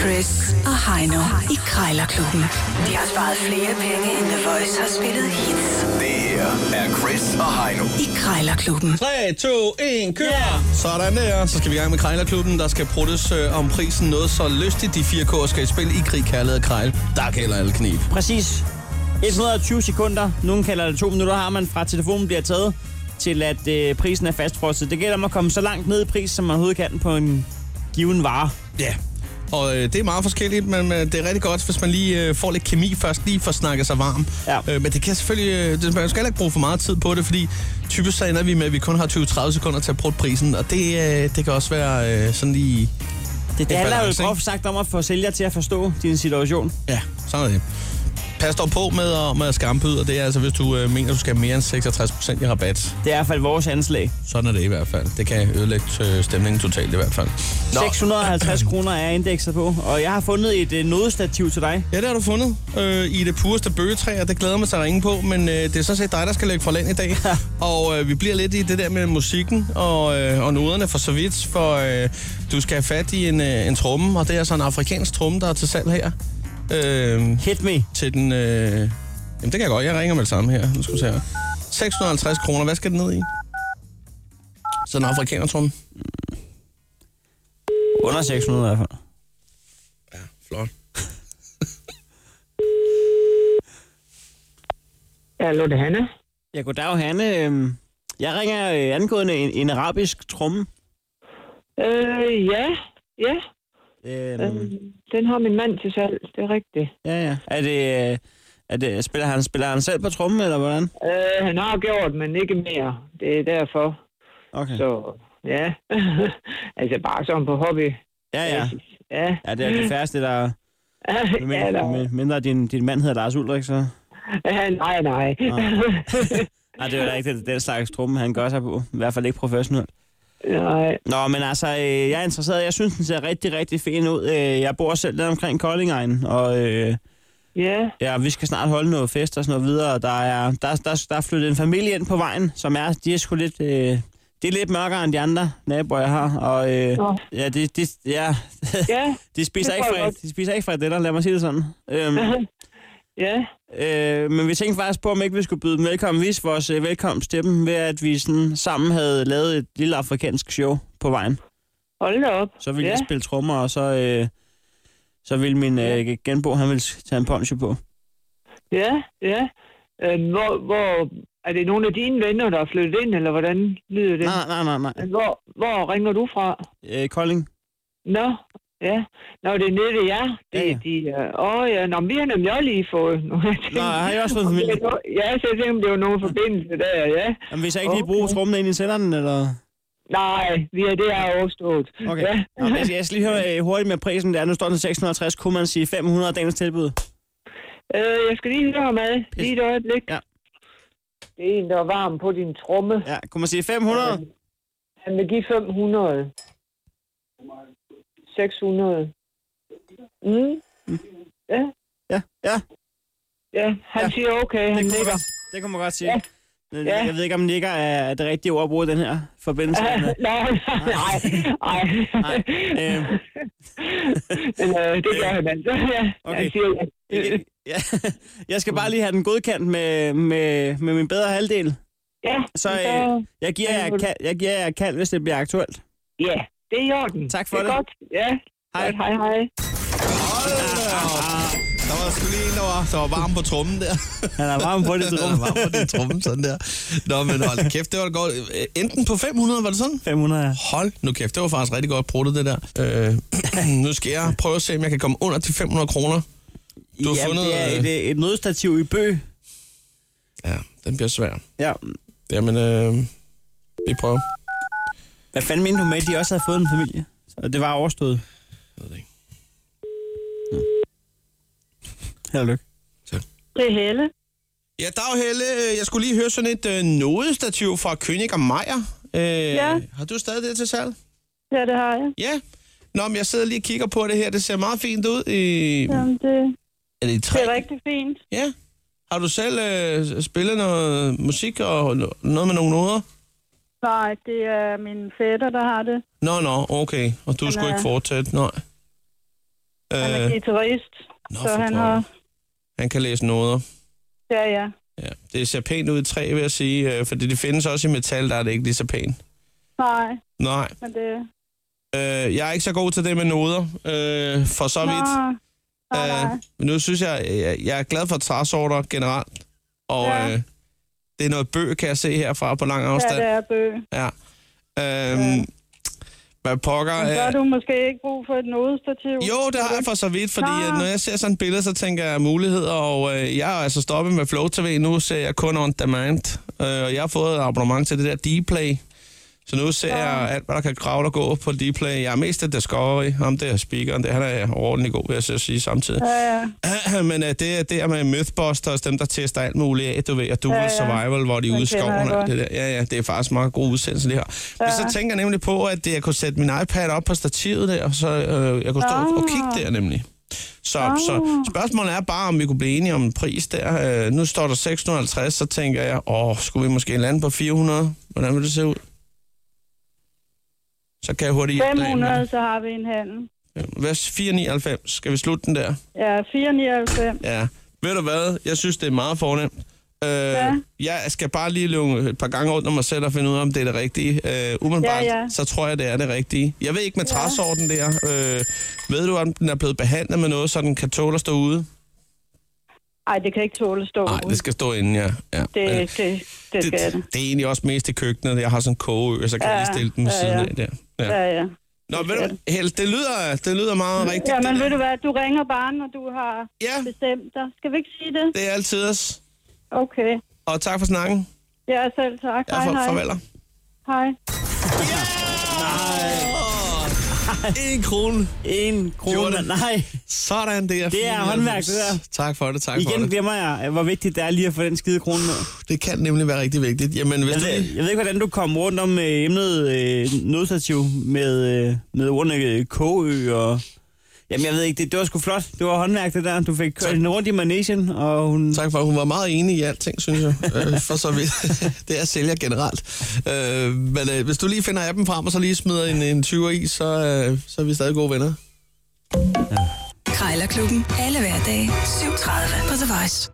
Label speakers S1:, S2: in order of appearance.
S1: Chris og Heino i Krejlerklubben. De har sparet flere penge, end The Voice har spillet hits
S2: Det her er Chris og Heino.
S1: i Krejlerklubben.
S3: 3, 2, 1, kør! Yeah.
S4: Sådan der, så skal vi i gang med Krejlerklubben, der skal pruttes øh, om prisen noget så lystigt. De 4K'er skal i spil i krig, kærlighed og krejl. Der gælder alle knib.
S3: Præcis. 120 sekunder. Nogen kalder det to minutter, har man fra telefonen bliver taget, til at øh, prisen er fastfrosset. Det gælder om at komme så langt ned i pris, som man overhovedet kan på en given vare.
S4: Ja. Og øh, det er meget forskelligt, men øh, det er rigtig godt, hvis man lige øh, får lidt kemi først, lige får snakket sig varm.
S3: Ja.
S4: Øh, men det kan selvfølgelig, øh, det- man skal heller ikke bruge for meget tid på det, fordi typisk så ender vi med, at vi kun har 20-30 sekunder til at prutte prisen, og det, øh, det kan også være øh, sådan lige...
S3: Det, det
S4: er
S3: handler
S4: balance,
S3: jo
S4: ikke?
S3: groft sagt om at få sælger til at forstå din situation.
S4: Ja, sådan er det. Pas dog på med, at- med at skambyde, og det er altså, hvis du øh, mener, du skal have mere end 66% i rabat.
S3: Det er i hvert fald vores anslag.
S4: Sådan er det i hvert fald. Det kan ødelægge øh, stemningen totalt i hvert fald.
S3: Nå. 650 kroner er indekset på, og jeg har fundet et øh, nodestativ til dig.
S4: Ja, det har du fundet øh, i det pureste bøgetræ, og det glæder mig sig at ringe på, men øh, det er sådan set dig, der skal lægge for land i dag. og øh, vi bliver lidt i det der med musikken og, øh, og noderne for så vidt, for øh, du skal have fat i en, øh, en tromme, og det er så en afrikansk tromme, der er til salg her. Øh,
S3: Hit me.
S4: til den... Øh, jamen, det kan jeg godt. Jeg ringer med det samme her. Nu skal vi se her. 650 kroner. Hvad skal den ned i? Så en afrikaner, tromme.
S3: Under 600 i hvert fald.
S4: Ja, flot.
S5: Hallo, det er Hanna.
S3: Ja, goddag, Hanne. Øhm, Jeg ringer øh, angående en, en arabisk tromme.
S5: Øh, ja, ja.
S3: Øhm,
S5: Mm. Den har min mand til salg, det er rigtigt.
S3: Ja, ja. Er det, øh, er det, spiller, han, spiller han selv på trommen, eller hvordan?
S5: Øh, han har gjort, men ikke mere. Det er derfor.
S3: Okay.
S5: Så ja, altså bare sådan på hobby.
S3: Ja, ja.
S5: Ja,
S3: Ja, det er det færreste, der...
S5: ja,
S3: Mindre,
S5: da.
S3: med- mindre din, din mand hedder Lars Ulrik, så...
S5: ja nej, nej.
S3: Nej, det er jo da ikke den, den slags tromme, han gør sig på. I hvert fald ikke professionelt.
S5: nej.
S3: Nå, men altså, øh, jeg er interesseret. Jeg synes, den ser rigtig, rigtig fin ud. Øh, jeg bor selv der omkring Koldingegnen, og øh,
S5: Ja,
S3: ja, vi skal snart holde noget fest og sådan noget videre. Der er, der, der, der er flyttet en familie ind på vejen, som er, de er sgu lidt... Øh, det er lidt mørkere end de andre naboer, jeg har, og øh,
S5: Nå.
S3: ja, det, det, ja,
S5: ja,
S3: De spiser,
S5: Det
S3: ikke
S5: tror jeg
S3: fra, de spiser ikke fra det, der, lad mig sige det sådan. Øhm,
S5: ja.
S3: øh, men vi tænkte faktisk på, om ikke vi skulle byde dem velkommen. Vise vores øh, velkomst til dem ved, at vi sådan, sammen havde lavet et lille afrikansk show på vejen.
S5: Hold da op.
S3: Så ville
S5: ja.
S3: ja. jeg spille trommer, og så, øh, så ville min øh, genbo, han ville tage en poncho på.
S5: Ja, ja. Øh, hvor, hvor, er det nogle af dine venner, der er flyttet ind, eller hvordan lyder det?
S3: Nej, nej, nej, nej.
S5: Hvor, hvor ringer du fra?
S3: Øh, Kolding.
S5: Nå, ja. Nå, det er nede ved jer. Det,
S3: Ja, ja.
S5: ja, ja. De, øh, åh, ja. Nå, men vi har nemlig også lige fået. Nu, har jeg tænkt,
S3: Nå, har I også fået en
S5: om det
S3: familie?
S5: er no- Ja, så jeg tænkte, om det var nogen forbindelse der, ja.
S3: Jamen, hvis jeg ikke lige
S5: Okay.
S3: bruge trommen ind i senderen, eller...
S5: Nej, vi er det her overstået.
S3: Okay.
S5: Ja.
S3: Nå, men jeg skal- jeg skal lige høre øh, hurtigt med prisen der. Nu står den 660, kunne man sige 500 af dagens tilbud.
S5: Øh, jeg skal lige høre med. Lige et øjeblik.
S3: Ja.
S5: Det er en, der er varm på din tromme.
S3: Ja, kunne man sige 500?
S5: Han vil give 500. 600. Mm. Ja,
S3: Ja, ja.
S5: ja.
S3: Ja.
S5: Han ja. siger okay,
S3: Det kunne, man
S5: han ligger.
S3: godt, det kunne man godt sige.
S5: Ja.
S3: Ja.
S5: Ja.
S3: Jeg ved ikke, om nikker er det rigtige ord at bruge i den her forbindelse.
S5: Ah,
S3: men- øh,
S5: Nej, nej, nej.
S3: Nej. Øh,
S5: Men, øh, det gør han altså. Ja,
S3: Okay.
S5: Han siger, ja.
S3: ikke, ja. Jeg skal bare lige have den godkendt med, med, med min bedre halvdel.
S5: ja,
S3: Så øh, jeg, giver jer et kald, jeg giver jer et kald, hvis det bliver aktuelt.
S5: ja, det er i orden.
S3: Tak for
S5: det.
S3: det.
S5: Er godt. Ja,
S3: Hej.
S5: Godt, hej, hej.
S4: Der var sgu lige en, der var, der var varm på trommen der.
S3: Han er varm på det
S4: der var varm på din tromme, sådan der. Nå, men hold kæft, det var da godt. Øh, Enten på 500, var det sådan?
S3: 500. ja.
S4: Hold nu kæft, det var faktisk rigtig godt pruttet, det der. Øh, nu skal jeg prøve at se, om jeg kan komme under de 500 kroner. Du har fundet,
S3: det er
S4: øh,
S3: et, øh, et nødstativ i Bø.
S4: Ja, den bliver svær.
S3: Ja.
S4: Jamen, øh, vi prøver.
S3: Hvad fanden mente du med, at de også havde fået en familie? Og det var overstået.
S4: Jeg ved det ikke.
S3: Held og lykke.
S5: Det er Helle.
S4: Ja, dag Helle. Øh, Jeg skulle lige høre sådan et øh, nodestativ fra König og Meier. Øh, ja. Har du stadig det til salg?
S5: Ja, det har jeg.
S4: Ja. Nå, men jeg sidder lige og kigger på det her. Det ser meget fint ud. Øh,
S5: Jamen, det,
S4: Er det i træ?
S5: det er rigtig fint.
S4: Ja. Har du selv øh, spillet noget musik og no- noget med nogle noder?
S6: Nej, det er min fætter, der har det.
S4: Nå, nå, okay. Og du skulle
S6: Nej.
S4: ikke fortsætte, nej.
S6: han er
S4: Øh,
S6: guitarist,
S4: Nå,
S6: så
S4: for
S6: han
S4: pokker.
S6: har...
S4: han kan læse noder.
S6: Ja, ja.
S4: Ja, det ser pænt ud i træ, vil jeg sige, øh, fordi det findes også i metal, der er det ikke lige så pænt.
S6: Nej,
S4: Nej,
S6: men det...
S4: øh, jeg er ikke så god til det med noder, øh, for så
S6: Nå,
S4: vidt.
S6: nej, nej.
S4: Øh, men nu synes jeg, jeg, jeg er glad for træsorter generelt, og
S6: Ja.
S4: øh, det er noget bøg, kan jeg se herfra på lang
S6: Ja,
S4: afstand.
S6: det er bø.
S4: Ja. Øhm, ja. Hvad pokker...
S6: Men så har
S4: Øh,
S6: du måske ikke brug for et nodestativ.
S4: jo, det har jeg for så vidt, fordi
S6: Nå.
S4: ah. når jeg ser sådan et billede, så tænker jeg muligheder, og øh, jeg er altså stoppet med Flow TV. Nu ser jeg kun on demand, øh, og jeg har fået et abonnement til det der Dplay. Så nu ser jeg alt, hvad der kan kravle og gå på Dplay. Jeg er mest af Discovery, ham der speakeren, det, han er ordentlig god, vil jeg så sige samtidig.
S6: Ja, ja.
S4: Men uh, det er der med Mythbusters, dem der tester alt muligt af, du ved, og Dual ja,
S6: Ja,
S4: ja.
S6: ja.
S4: Survival, hvor de er
S6: Den
S4: ude i
S6: kender jeg
S4: skoven og alt
S6: godt.
S4: det der. Ja, ja, det er faktisk meget god udsendelse, det her. Ja. Men så tænker jeg nemlig på, at jeg kunne sætte min iPad op på stativet der, og så øh, jeg kunne stå og kigge der nemlig. Så, så spørgsmålet er bare, om vi kunne blive enige om en pris der. Øh, nu står der 650, så tænker jeg, åh, skulle vi måske lande på 400? Hvordan vil det se ud? Så kan jeg hurtigt hjælpe dig ind med
S6: 500, så har vi en handel.
S4: det. Hvad 499? Skal vi slutte den der?
S6: Ja, 499.
S4: Ja. Ved du hvad? Jeg synes, det er meget fornemt. Øh, ja.
S6: Ja.
S4: Jeg skal bare lige løbe et par gange rundt om mig selv og finde ud af, om det er det rigtige. Øh, umiddelbart, ja,
S6: Ja,
S4: ja.
S6: ja.
S4: så tror jeg, det er det rigtige. Jeg ved ikke med træsorten der. Øh, ved du, om den er blevet behandlet med noget, så den kan tåle at stå ude?
S6: Ej, det kan ikke tåle at stå.
S4: Nej, det skal stå inden, ja. ja.
S6: det,
S4: Men
S6: det, det skal
S4: det,
S6: det.
S4: det er egentlig også mest i køkkenet. Jeg har sådan en kogeø, så kan ja,
S6: Ja,
S4: jeg lige stille den ved
S6: ja,
S4: siden
S6: ja.
S4: af der. Ja.
S6: Ja, ja.
S4: Nå,
S6: det
S4: ved du,
S6: skal
S4: hvad, Held, det lyder, det lyder meget rigtigt.
S6: Ja, men
S4: det,
S6: ved du
S4: der.
S6: hvad, du ringer bare, når du har
S4: Ja.
S6: bestemt dig. Skal vi ikke sige det?
S4: det er altid os.
S6: Okay.
S4: Og tak for snakken.
S6: Ja, selv tak.
S4: Ja,
S6: hej,
S4: for,
S6: hej.
S4: farveler.
S6: Hej.
S4: En krone.
S3: En
S4: Gjorde
S3: krone.
S4: det.
S3: Nej,
S4: Sådan, det er
S3: Det er
S4: 94.
S3: håndværk, det der.
S4: Tak for det, tak for
S3: igen
S4: det.
S3: glemmer jeg, hvor vigtigt det er lige at få den skide krone med.
S4: Det kan nemlig være rigtig vigtigt. Jamen, hvis
S3: Jeg
S4: du...
S3: ved, jeg ved ikke, hvordan du kom rundt om øh, emnet øh, nødstativ med, øh, med ordene øh, KØ og... Jamen, jeg ved ikke, det, det var sgu flot. Det var håndværk, det der. Du fik kørt hende rundt i manesien, og hun...
S4: Tak for, at hun var meget enig i alting, synes jeg. øh, for så vidt. det er sælger generelt. Øh, men øh, hvis du lige finder appen frem, og så lige smider en, en 20'er i, så, øh, så er vi stadig gode venner.
S1: Krejlerklubben. Alle hverdage. 7.30 på The Voice.